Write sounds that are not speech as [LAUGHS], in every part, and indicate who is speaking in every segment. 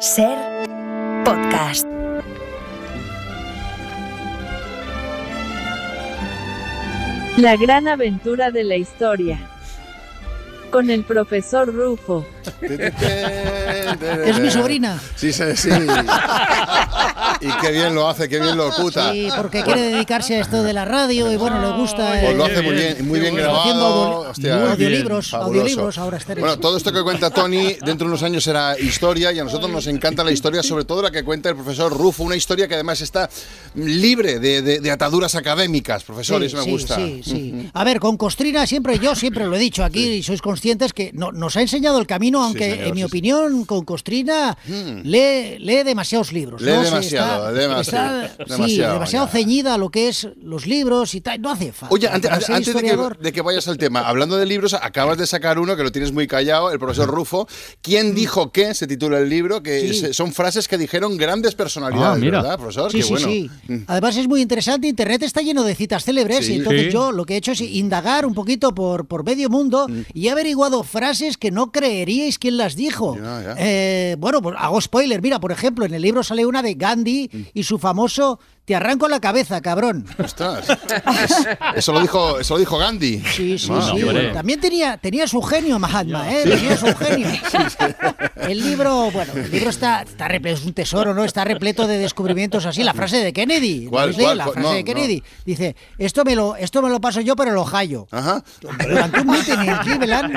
Speaker 1: Ser podcast.
Speaker 2: La gran aventura de la historia. Con el profesor Rufo.
Speaker 3: [LAUGHS]
Speaker 4: Es
Speaker 3: Es
Speaker 4: mi sobrina.
Speaker 3: Sí, sí, sí. Y qué bien lo hace, qué bien lo oculta.
Speaker 4: Sí, porque quiere dedicarse a esto de la radio y bueno, le gusta.
Speaker 3: Ah. Pues
Speaker 4: eh,
Speaker 3: lo hace muy
Speaker 5: Qué bien,
Speaker 3: bien, y muy
Speaker 5: qué
Speaker 3: bien
Speaker 5: bueno.
Speaker 4: haciendo
Speaker 3: grabado.
Speaker 4: audio-
Speaker 3: Hostia,
Speaker 4: audiolibros,
Speaker 3: fabuloso.
Speaker 4: audiolibros ahora Esther.
Speaker 3: Bueno, todo esto que cuenta Tony dentro de unos años será historia y a nosotros nos encanta la historia, sobre todo la que cuenta el profesor Rufo, una historia que además está libre de, de- de ataduras académicas, profesor,
Speaker 4: Sí,
Speaker 3: eso me
Speaker 4: sí,
Speaker 3: gusta.
Speaker 4: sí, sí. A ver, con Costrina siempre, yo siempre lo he dicho aquí, y sois conscientes que no- nos ha enseñado el camino, aunque
Speaker 3: señor,
Speaker 4: en mi
Speaker 3: sí, Mm.
Speaker 4: opinión, con Costrina lee, lee demasiados libros.
Speaker 3: Lee
Speaker 4: ¿no? Se
Speaker 3: demasiado,
Speaker 4: está-
Speaker 3: demasiado,
Speaker 4: está, sí,
Speaker 3: demasiado,
Speaker 4: demasiado
Speaker 3: ya.
Speaker 4: ceñida a lo que es los libros y tal. No hace falta.
Speaker 3: Oye, antes,
Speaker 4: Para ser
Speaker 3: antes de, que,
Speaker 4: historiador-
Speaker 3: de que vayas al tema, hablando de libros, acabas de sacar uno que lo tienes muy callado, el profesor Rufo. ¿Quién dijo qué? Se titula el libro, que
Speaker 4: Mm. Sí.
Speaker 3: se- son frases que dijeron grandes personalidades,
Speaker 5: Ah, mira.
Speaker 3: ¿verdad, profesor?
Speaker 4: Sí,
Speaker 3: qué
Speaker 4: sí,
Speaker 3: bueno.
Speaker 4: sí. Además es muy interesante. Internet está lleno de citas célebres
Speaker 3: Sí.
Speaker 4: y entonces
Speaker 5: Sí.
Speaker 4: yo lo que he hecho es indagar un poquito por, por medio mundo
Speaker 3: Mm.
Speaker 4: y he averiguado frases que no creeríais quién las dijo.
Speaker 3: Ya, ya.
Speaker 4: Eh, bueno, pues hago spoiler. Mira, por ejemplo, en el libro sale una de Gandhi
Speaker 3: Mm.
Speaker 4: y su famoso "Te arranco la cabeza,
Speaker 3: [LAUGHS]
Speaker 4: cabrón".
Speaker 3: Ostras. Es- eso, lo dijo, eso lo dijo Gandhi.
Speaker 4: Sí, sí,
Speaker 3: Ah,
Speaker 4: sí.
Speaker 3: qué
Speaker 5: hombre.
Speaker 4: También tenía, tenía su genio Mahatma, ¿eh?
Speaker 3: [LAUGHS]
Speaker 4: Tenía su genio. El libro, bueno, el libro está, está repleto, es un tesoro, ¿no? Está repleto de descubrimientos así. La frase de Kennedy. ¿la
Speaker 3: ¿Cuál,
Speaker 4: habéis leído?
Speaker 3: cuál,
Speaker 4: La
Speaker 3: cuál?
Speaker 4: frase
Speaker 3: No,
Speaker 4: de Kennedy. Dice, esto me, lo, esto me lo paso yo, pero lo hallo.
Speaker 3: Ajá.
Speaker 4: Durante un meeting en Cleveland.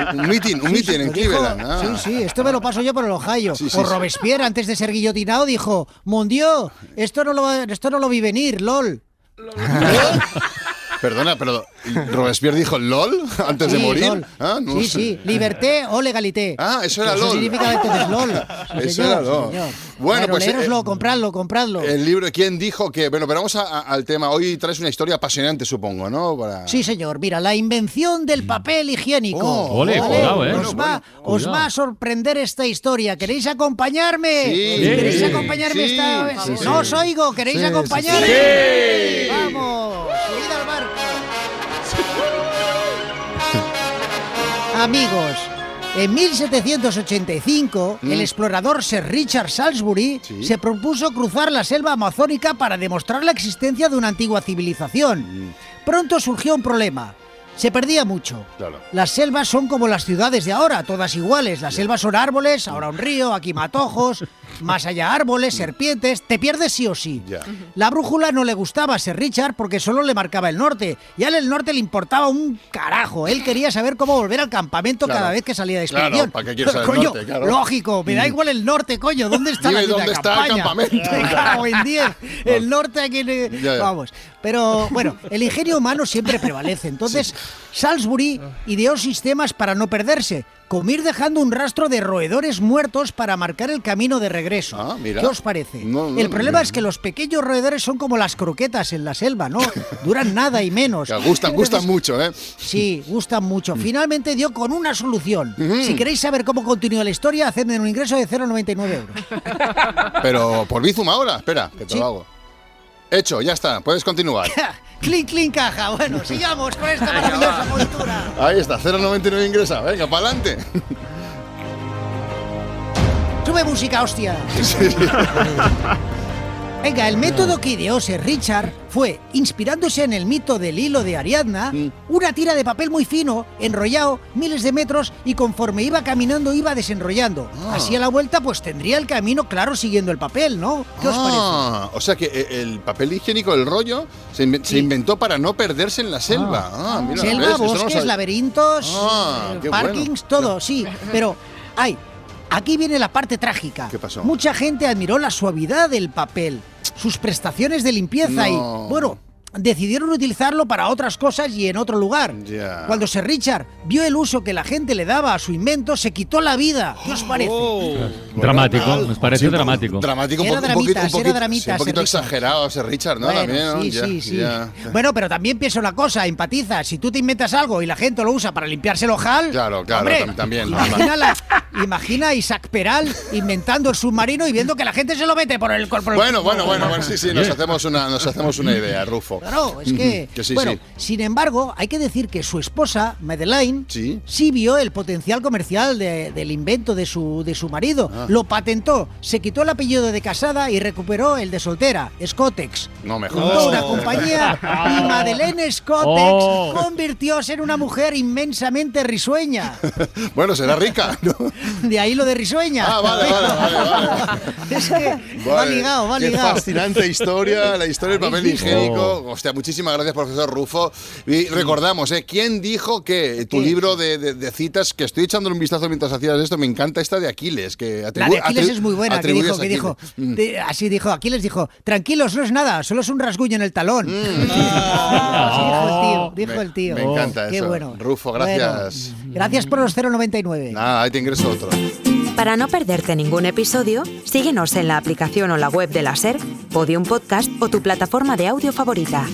Speaker 3: Ah. [LAUGHS] Un meeting, un
Speaker 4: Sí,
Speaker 3: meeting
Speaker 4: sí,
Speaker 3: en
Speaker 4: lo dijo,
Speaker 3: Cleveland. ah.
Speaker 4: Sí, sí, esto me lo paso yo por el Ohio.
Speaker 3: Sí, sí,
Speaker 4: o
Speaker 3: sí.
Speaker 4: Robespierre, antes de ser guillotinado, dijo, Mondió, esto no lo, va- esto no lo vi venir, lol.
Speaker 3: Perdona, pero Robespierre dijo LOL antes de
Speaker 4: Sí,
Speaker 3: morir.
Speaker 4: LOL.
Speaker 3: Ah, no
Speaker 4: sí,
Speaker 3: sé.
Speaker 4: sí. Liberté o legalité.
Speaker 3: Ah, eso era
Speaker 4: eso
Speaker 3: LOL.
Speaker 4: significa entonces [LAUGHS] LOL. Sí,
Speaker 3: Eso
Speaker 4: señor,
Speaker 3: era
Speaker 4: sí,
Speaker 3: LOL.
Speaker 4: señor.
Speaker 3: Bueno,
Speaker 4: Bueno,
Speaker 3: pues,
Speaker 4: leéroslo,
Speaker 3: eh,
Speaker 4: compradlo, compradlo.
Speaker 3: El libro, ¿quién dijo que? Bueno, pero vamos a- a- al tema. Hoy traes una historia apasionante, supongo, ¿no? Para...
Speaker 4: Sí, señor. Mira, la invención del papel higiénico.
Speaker 3: Oh,
Speaker 5: ole, cuidado, eh.
Speaker 4: Os, va,
Speaker 5: Bueno,
Speaker 4: os va
Speaker 5: cuidado.
Speaker 4: a sorprender esta historia. ¿Queréis acompañarme?
Speaker 3: Sí.
Speaker 4: ¿Queréis
Speaker 5: Sí.
Speaker 4: acompañarme
Speaker 3: Sí.
Speaker 4: esta
Speaker 3: Sí, sí, sí.
Speaker 4: No os oigo. ¿Queréis
Speaker 3: Sí, sí,
Speaker 4: acompañarme?
Speaker 3: sí.
Speaker 4: ¡Vamos! ¡Subid al [LAUGHS] barco! Amigos, en 1785, el explorador Sir Richard Salisbury
Speaker 3: Sí.
Speaker 4: se propuso cruzar la selva amazónica para demostrar la existencia de una antigua
Speaker 3: Mm.
Speaker 4: civilización. Pronto surgió un problema. Se perdía mucho.
Speaker 3: Claro.
Speaker 4: Las selvas son como las ciudades de ahora, todas iguales. Las selvas son árboles, ahora
Speaker 3: Mm.
Speaker 4: un río,
Speaker 3: [LAUGHS]
Speaker 4: aquí matojos, más allá árboles, serpientes. Te pierdes sí o sí.
Speaker 3: Ya.
Speaker 4: La brújula no le gustaba a Sir Richard porque solo le marcaba el norte. Y al el norte le importaba un carajo. Él quería saber cómo volver al campamento
Speaker 3: Claro.
Speaker 4: cada vez que salía de
Speaker 3: Claro,
Speaker 4: expedición.
Speaker 3: ¿para qué quieres saber el
Speaker 4: [LAUGHS] Coño,
Speaker 3: norte? Claro. Mm.
Speaker 4: Lógico, me da igual el norte, coño. ¿Dónde está la
Speaker 3: Dime
Speaker 4: ciudad
Speaker 3: dónde
Speaker 4: de
Speaker 3: está el
Speaker 4: campaña?
Speaker 3: campamento.
Speaker 4: Me [LAUGHS] cago en 10.
Speaker 3: [LAUGHS]
Speaker 4: El norte aquí. le-
Speaker 3: Ya, ya.
Speaker 4: Vamos. Pero bueno, el ingenio humano siempre prevalece. Entonces, Salisbury
Speaker 3: Ah.
Speaker 4: ideó sistemas para no perderse, como ir dejando un rastro de roedores muertos para marcar el camino de regreso.
Speaker 3: Ah, mira.
Speaker 4: ¿Qué os parece?
Speaker 3: No, no,
Speaker 4: el
Speaker 3: no,
Speaker 4: problema
Speaker 3: no.
Speaker 4: es que los pequeños roedores son como las croquetas en la
Speaker 3: [LAUGHS]
Speaker 4: selva, ¿no? Duran nada y menos.
Speaker 3: Que
Speaker 4: [LAUGHS]
Speaker 3: Mm. gustan, gustan
Speaker 4: Entonces,
Speaker 3: mucho, ¿eh?
Speaker 4: Sí, gustan mucho. Finalmente dio con una solución.
Speaker 3: Mm.
Speaker 4: Si queréis saber cómo continúa la historia, hacedme un ingreso de 0,99 euros.
Speaker 3: Pero por Bizum ahora, espera, que te
Speaker 4: Sí.
Speaker 3: lo hago. Hecho, ya está, puedes continuar.
Speaker 4: clink, clink, caja. Bueno, sigamos con esta maravillosa cultura.
Speaker 3: Ahí está, 0,99 ingresa, venga, para [LAUGHS] adelante.
Speaker 4: Sube música, hostia. Venga, el método que ideó Sir Richard fue, inspirándose en el mito del hilo de Ariadna, una tira de papel muy fino, enrollado miles de metros y conforme iba caminando iba desenrollando. Así a la vuelta pues tendría el camino claro siguiendo el papel, ¿no? ¿Qué os parece?
Speaker 3: Ah, o sea que eh, el papel higiénico, el rollo, se, inven- se inventó para no perderse en la selva. Ah, mira,
Speaker 4: Selva,
Speaker 3: ¿ves? Eso no lo
Speaker 4: bosques,
Speaker 3: sabía.
Speaker 4: laberintos,
Speaker 3: Ah,
Speaker 4: eh,
Speaker 3: qué
Speaker 4: parkings,
Speaker 3: [LAUGHS]
Speaker 4: todo, sí. Pero, ay, aquí viene la parte trágica.
Speaker 3: ¿Qué pasó?
Speaker 4: Mucha gente admiró la suavidad del papel, sus prestaciones de
Speaker 3: No.
Speaker 4: limpieza y, bueno, decidieron utilizarlo para otras cosas y en otro lugar.
Speaker 3: Ya.
Speaker 4: Cuando Sir Richard vio el uso que la gente le daba a su invento, se quitó la vida. ¿Qué
Speaker 3: Oh,
Speaker 4: os parece?
Speaker 5: Dramático, nos parece
Speaker 3: Sí, un po-
Speaker 5: dramático.
Speaker 3: Dramático, un,
Speaker 4: Era
Speaker 3: po- un poquito,
Speaker 4: dramitas,
Speaker 3: un
Speaker 4: era
Speaker 3: poquito,
Speaker 4: dramitas,
Speaker 3: sí, un poquito
Speaker 4: Sir Richard.
Speaker 3: exagerado ese Richard, ¿no?
Speaker 4: Bueno,
Speaker 3: También, ¿no?
Speaker 4: sí,
Speaker 3: Ya,
Speaker 4: sí, sí.
Speaker 3: ya.
Speaker 4: Bueno, pero también pienso una cosa, empatiza. Si tú te inventas algo y la gente lo usa para limpiarse el ojal...
Speaker 3: Claro, claro,
Speaker 4: hombre,
Speaker 3: tam- también.
Speaker 4: [LAUGHS] Imagina, la- imagina a Isaac Peral inventando el submarino y viendo que la gente se lo mete por el cuerpo.
Speaker 3: Bueno, bueno, bueno, bueno, sí, sí, nos hacemos una, nos hacemos una idea, Rufo.
Speaker 4: Claro, es que.
Speaker 3: [LAUGHS] Que sí,
Speaker 4: bueno,
Speaker 3: sí.
Speaker 4: sin embargo, hay que decir que su esposa, Madeleine,
Speaker 3: Sí.
Speaker 4: vio el potencial comercial de- del invento de su, de su marido.
Speaker 3: Ah.
Speaker 4: Lo patentó, se quitó el apellido de casada y recuperó el de soltera, Scotex.
Speaker 3: No me
Speaker 4: Fundó
Speaker 3: jodas.
Speaker 4: una compañía y Madeleine Scotex
Speaker 5: Oh.
Speaker 4: convirtióse en una mujer inmensamente risueña.
Speaker 3: [LAUGHS] Bueno, será rica,
Speaker 4: [LAUGHS]
Speaker 3: ¿no?
Speaker 4: De ahí lo de risueña.
Speaker 3: Ah, vale, vale, vale. vale.
Speaker 4: Es que
Speaker 3: [LAUGHS]
Speaker 4: va
Speaker 3: Vale.
Speaker 4: ligado, va
Speaker 3: Qué ¿eh?
Speaker 4: ligado.
Speaker 3: fascinante historia, la historia del papel higiénico. Hostia, muchísimas gracias, profesor Rufo. Y recordamos, ¿eh? ¿quién dijo que tu
Speaker 4: ¿Qué?
Speaker 3: libro de, de- de citas, que estoy echándole un vistazo mientras hacías esto, me encanta esta de Aquiles? Que
Speaker 4: La
Speaker 3: atribu-
Speaker 4: de Aquiles
Speaker 3: atribu-
Speaker 4: es muy buena, que
Speaker 3: atribuyes
Speaker 4: dijo, que
Speaker 3: a
Speaker 4: dijo,
Speaker 3: Aquiles.
Speaker 4: te- así dijo, Aquiles dijo, tranquilos, no es nada, solo es un rasguño en el talón. [LAUGHS] Sí,
Speaker 5: Ah.
Speaker 4: dijo el tío, dijo
Speaker 3: Me-
Speaker 4: el tío.
Speaker 3: Mm. me encanta
Speaker 4: Qué
Speaker 3: eso.
Speaker 4: bueno.
Speaker 3: Rufo, gracias.
Speaker 4: Bueno, gracias por los 0,99.
Speaker 3: Nada, Ah, ahí te ingreso otro.
Speaker 1: Para no perderte ningún episodio, síguenos en la aplicación o la web de la SER, Podium Podcast o tu plataforma de audio favorita.